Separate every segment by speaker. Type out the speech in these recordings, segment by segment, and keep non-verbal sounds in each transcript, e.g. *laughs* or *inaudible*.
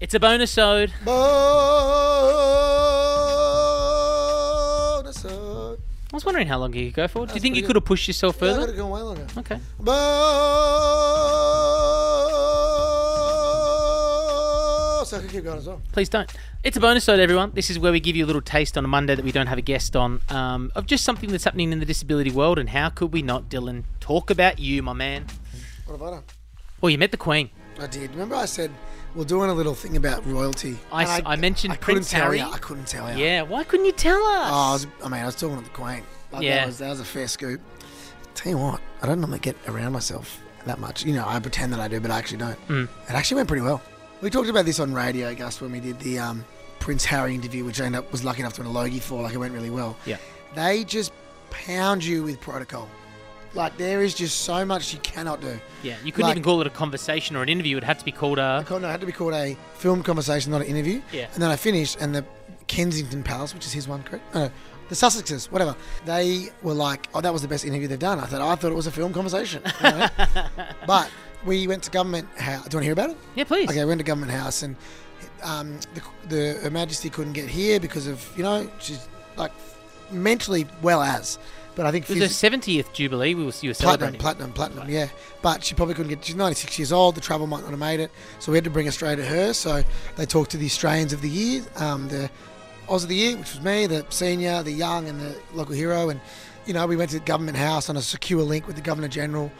Speaker 1: It's a bonus ode.
Speaker 2: Bonus episode.
Speaker 1: I was wondering how long you could go for. Do you
Speaker 2: That's
Speaker 1: think you
Speaker 2: pretty
Speaker 1: could have pushed yourself
Speaker 2: Yeah, I could
Speaker 1: further?
Speaker 2: have gone way longer.
Speaker 1: Okay.
Speaker 2: Bonus. I could keep going as well.
Speaker 1: Please don't. It's a bonus episode, everyone. This is where we give you a little taste on a Monday that we don't have a guest on um, of just something that's happening in the disability world. And how could we not, Dylan, talk about you, my man?
Speaker 2: What have I done?
Speaker 1: Well, you met the Queen.
Speaker 2: I did. Remember, I said we're doing a little thing about royalty.
Speaker 1: I
Speaker 2: And
Speaker 1: s- I mentioned
Speaker 2: I couldn't
Speaker 1: Prince
Speaker 2: tell
Speaker 1: Harry.
Speaker 2: You. I couldn't tell you.
Speaker 1: Yeah. Why couldn't you tell us?
Speaker 2: Oh, I, was, I mean, I was talking to the Queen. Like,
Speaker 1: Yeah.
Speaker 2: That was, that was a fair scoop. Tell you what, I don't normally get around myself that much. You know, I pretend that I do, but I actually don't. Mm. It actually went pretty well. We talked about this on radio, Gus, when we did the um, Prince Harry interview, which I ended up, was lucky enough to win a Logie for. Like, it went really well.
Speaker 1: Yeah.
Speaker 2: They just pound you with protocol. Like, there is just so much you cannot do.
Speaker 1: yeah. You couldn't
Speaker 2: like-
Speaker 1: even call it a conversation or an interview. It'd have to be called a.
Speaker 2: I had to be called a film conversation, not an interview.
Speaker 1: Yeah.
Speaker 2: And then I finished, and the Kensington Palace, which is his one, correct? No, no, the Sussexes, whatever. They were like, "Oh, that was the best interview they've done." I thought, I thought it was a film conversation. *laughs* You know? but we went to Government House. Do you want to hear about it?
Speaker 1: Yeah, please.
Speaker 2: Okay, we went to Government House, and um, the, the Her Majesty couldn't get here because of you know she's like mentally well as, but I think
Speaker 1: It
Speaker 2: phys-
Speaker 1: was the 70th Jubilee we were, you were
Speaker 2: Platinum,
Speaker 1: celebrating.
Speaker 2: platinum, platinum, yeah. But she probably couldn't get. She's 96 years old. The travel might not have made it, so we had to bring Australia to her. So they talked to the Australians of the year, um, the Oz of the year, which was me, the senior, the young, and the local hero. And you know, we went to Government House on a secure link with the Governor General.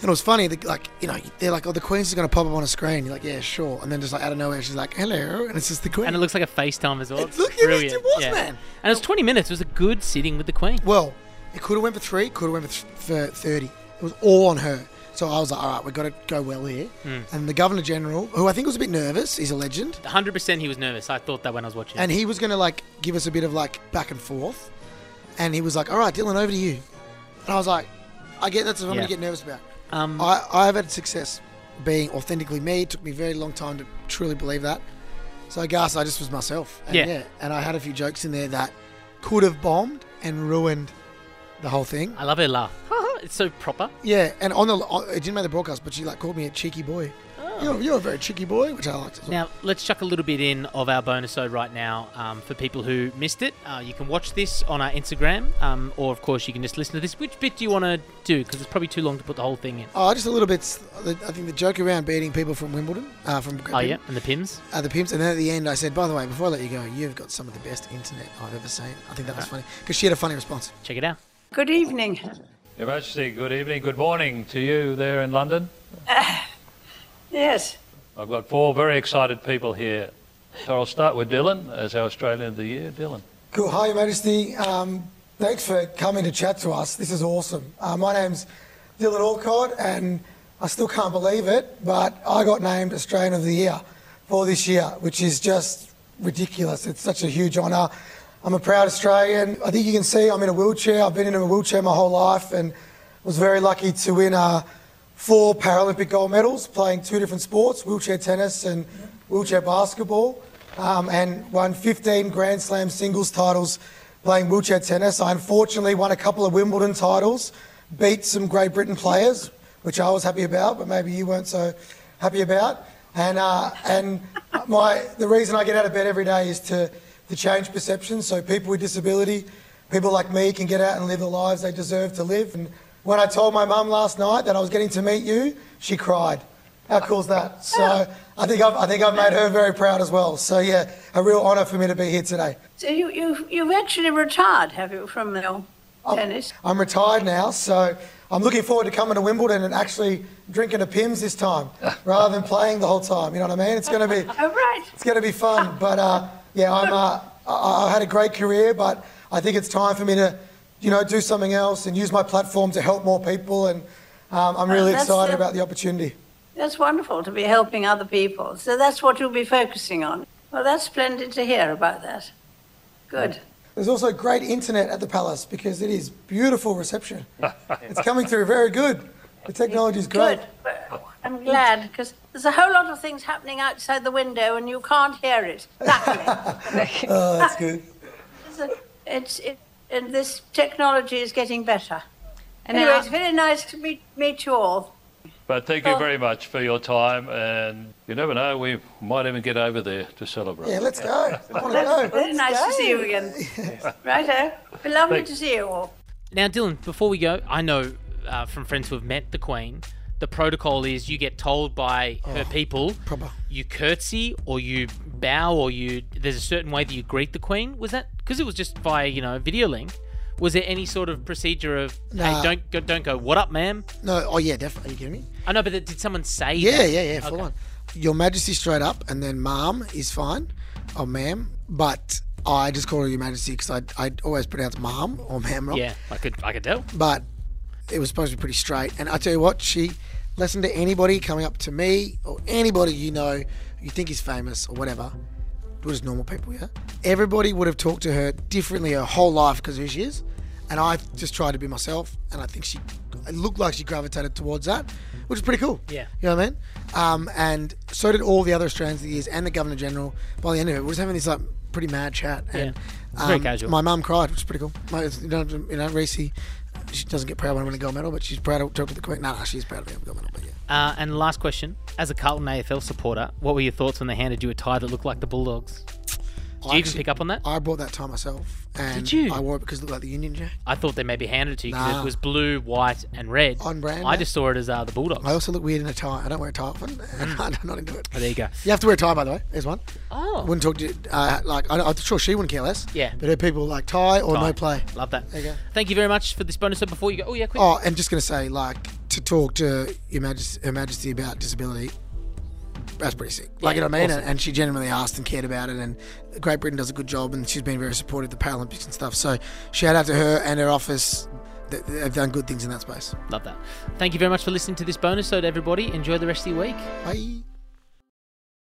Speaker 2: And it was funny, that, like you know, they're like, "Oh, the Queen's is going to pop up on a screen." You're like, "Yeah, sure." And then just like out of nowhere, she's like, "Hello," and it's just the Queen.
Speaker 1: And it looks like a FaceTime as well.
Speaker 2: It
Speaker 1: It's
Speaker 2: looked- it was-
Speaker 1: brilliant.
Speaker 2: it was,
Speaker 1: yeah.
Speaker 2: man.
Speaker 1: And it was 20 minutes. It was a good sitting with the Queen.
Speaker 2: Well, it could have went for three, could have went for, th- for 30. It was all on her. So I was like, all right, we've got to go well here.
Speaker 1: Hmm.
Speaker 2: And the Governor General, who I think was a bit nervous, he's a legend.
Speaker 1: 100% he was nervous. I thought that when I was watching. it.
Speaker 2: And he was going to like give us a bit of like back and forth. And he was like, all right, Dylan, over to you. And I was like, I get that's what I'm
Speaker 1: Yeah.
Speaker 2: going to get nervous about.
Speaker 1: Um,
Speaker 2: I, I've had success being authentically me. It took me a very long time to truly believe that. So I guess I just was myself. And
Speaker 1: Yeah.
Speaker 2: And I had a few jokes in there that could have bombed and ruined the whole thing.
Speaker 1: I love her laugh. *laughs* it's so proper.
Speaker 2: Yeah, and on the on, it didn't make the broadcast, but she like called me a cheeky boy.
Speaker 1: Oh.
Speaker 2: You're, you're a very cheeky boy, which I liked. As well.
Speaker 1: Now, let's chuck a little bit in of our bonus ode right now um, for people who missed it. Uh, you can watch this on our Instagram, um, or of course, you can just listen to this. Which bit do you want to do? Because it's probably too long to put the whole thing in.
Speaker 2: Oh, just a little bit. s- the- I think the joke around beating people from Wimbledon, uh, from Great
Speaker 1: Oh, yeah.
Speaker 2: Britain,
Speaker 1: And the Pims.
Speaker 2: uh, the pimps, and then at the end I said, by the way, before I let you go, you've got some of the best internet I've ever seen. I think that was funny because she had a funny response.
Speaker 1: Check it out.
Speaker 3: Good evening.
Speaker 4: Your Majesty, good evening, good morning to you there in London.
Speaker 3: Yes,
Speaker 4: I've got four very excited people here. So I'll start with Dylan as our Australian of the Year. Dylan.
Speaker 5: Cool. Hi, Your Majesty. Um, thanks for coming to chat to us. This is awesome. Uh, my name's Dylan Alcott, and I still can't believe it, but I got named Australian of the Year for this year, which is just ridiculous. It's such a huge honour. I'm a proud Australian. I think you can see I'm in a wheelchair. I've been in a wheelchair my whole life and was very lucky to win uh, four Paralympic gold medals playing two different sports wheelchair tennis and wheelchair basketball um, and won 15 Grand Slam singles titles playing wheelchair tennis. I unfortunately won a couple of Wimbledon titles, beat some Great Britain players, which I was happy about, but maybe you weren't so happy about. And uh, and my the reason I get out of bed every day is to to change perceptions so people with disability, people like me, can get out and live the lives they deserve to live. And when I told my mum last night that I was getting to meet you, she cried. How cool's that? So I think I've, I think I've made her very proud as well. So yeah, a real honour for me to be here today.
Speaker 3: so you, you, you've actually retired, have you, from the
Speaker 5: Oh.
Speaker 3: tennis?
Speaker 5: I'm retired now, so I'm looking forward to coming to Wimbledon and actually drinking a Pims this time, rather than playing the whole time. You know what I mean? It's going to be
Speaker 3: Oh, right.
Speaker 5: it's going to be fun. But uh, yeah, I'm, uh, I, I had a great career, but I think it's time for me to, you know, do something else and use my platform to help more people. And um, I'm really
Speaker 3: that's
Speaker 5: excited
Speaker 3: the-
Speaker 5: about the opportunity.
Speaker 3: That's wonderful to be helping other people. So that's what you'll be focusing on. Well, that's splendid to hear about that. Good.
Speaker 5: There's also great internet at the palace because it is beautiful reception. it's coming through very good. The technology is great.
Speaker 3: Good. Well, I'm glad because there's a whole lot of things happening outside the window and you can't hear it. Luckily.
Speaker 5: *laughs* Oh, that's good.
Speaker 3: It's a- it's, it, and this technology is getting better.
Speaker 6: And
Speaker 3: anyway,
Speaker 6: now-
Speaker 3: it's very nice to meet, meet you all.
Speaker 4: But thank you
Speaker 3: Well-
Speaker 4: very much for your time, and you never know, we might even get over there to celebrate.
Speaker 5: Yeah, let's go. I want to
Speaker 3: That's
Speaker 5: go.
Speaker 3: very nice to see you again. Righto. Been lovely
Speaker 4: Thanks.
Speaker 3: to see you all.
Speaker 1: Now, Dylan, before we go, I know uh, from friends who have met the Queen, the protocol is you get told by her people,
Speaker 2: Oh, proper.
Speaker 1: you curtsy or you bow or you. There's a certain way that you greet the Queen. Was that because it was just via you know video link? Was there any sort of procedure of hey
Speaker 2: Nah.
Speaker 1: don't go, don't go what up ma'am?
Speaker 2: No, oh yeah, definitely. Are you kidding me?
Speaker 1: I know, but th- did someone say?
Speaker 2: Yeah,
Speaker 1: that?
Speaker 2: yeah, yeah, full on. Your Majesty straight up, and then ma'am is fine, or ma'am, but I just call her Your Majesty because I, I always pronounce ma'am or ma'am wrong.
Speaker 1: Yeah, I could I could tell.
Speaker 2: But it was supposed to be pretty straight. And I tell you what, she listened to anybody coming up to me or anybody you know you think is famous or whatever. We're just normal people, yeah? Everybody would have talked to her differently her whole life because who she is. And I just tried to be myself. And I think she it looked like she gravitated towards that, which is pretty cool.
Speaker 1: Yeah.
Speaker 2: You know what I mean? Um, and so did all the other Australians of the years and the Governor General. By the end of it, we we're just having this like pretty mad chat. And um,
Speaker 1: It's very casual.
Speaker 2: My mum cried, which is pretty cool. My, you know, you know, Reese, she doesn't get proud when I win a gold medal, but she's proud to talk to the Queen. No, no, she's proud of me having a gold medal, but yeah.
Speaker 1: Uh, and last question: As a Carlton AFL supporter, what were your thoughts when they handed you a tie that looked like the Bulldogs? Did
Speaker 2: I
Speaker 1: you even
Speaker 2: actually-
Speaker 1: pick up on that?
Speaker 2: I bought that tie myself. And
Speaker 1: Did you?
Speaker 2: I wore it because it looked like the Union Jack.
Speaker 1: I thought they maybe handed it to you because
Speaker 2: Nah.
Speaker 1: it was blue, white, and red.
Speaker 2: On brand,
Speaker 1: I
Speaker 2: mate.
Speaker 1: just saw it as uh, the Bulldogs.
Speaker 2: I also look weird in a tie. I don't wear a tie often. *laughs* I'm not into it.
Speaker 1: Oh, there you go.
Speaker 2: You have to wear a tie, by the way. There's one.
Speaker 1: Oh,
Speaker 2: Wouldn't talk to you. Uh, like, I, I'm sure she wouldn't care less.
Speaker 1: Yeah.
Speaker 2: But her people like tie or no
Speaker 1: Fine.
Speaker 2: play.
Speaker 1: Love that. There
Speaker 2: you go.
Speaker 1: Thank you very much for this bonus. So before you go, oh yeah, quick.
Speaker 2: Oh, and just going to say, like, to talk to Your Majesty, Her Majesty about disability, that's pretty sick. Like, you know what I mean? And, and she genuinely asked and cared about it. And Great Britain does a good job, and she's been very supportive of the Paralympics and stuff. So, shout out to her and her office. They- They've done good things in that space.
Speaker 1: Love that. Thank you very much for listening to this bonus. So everybody, enjoy the rest of your week.
Speaker 2: Bye.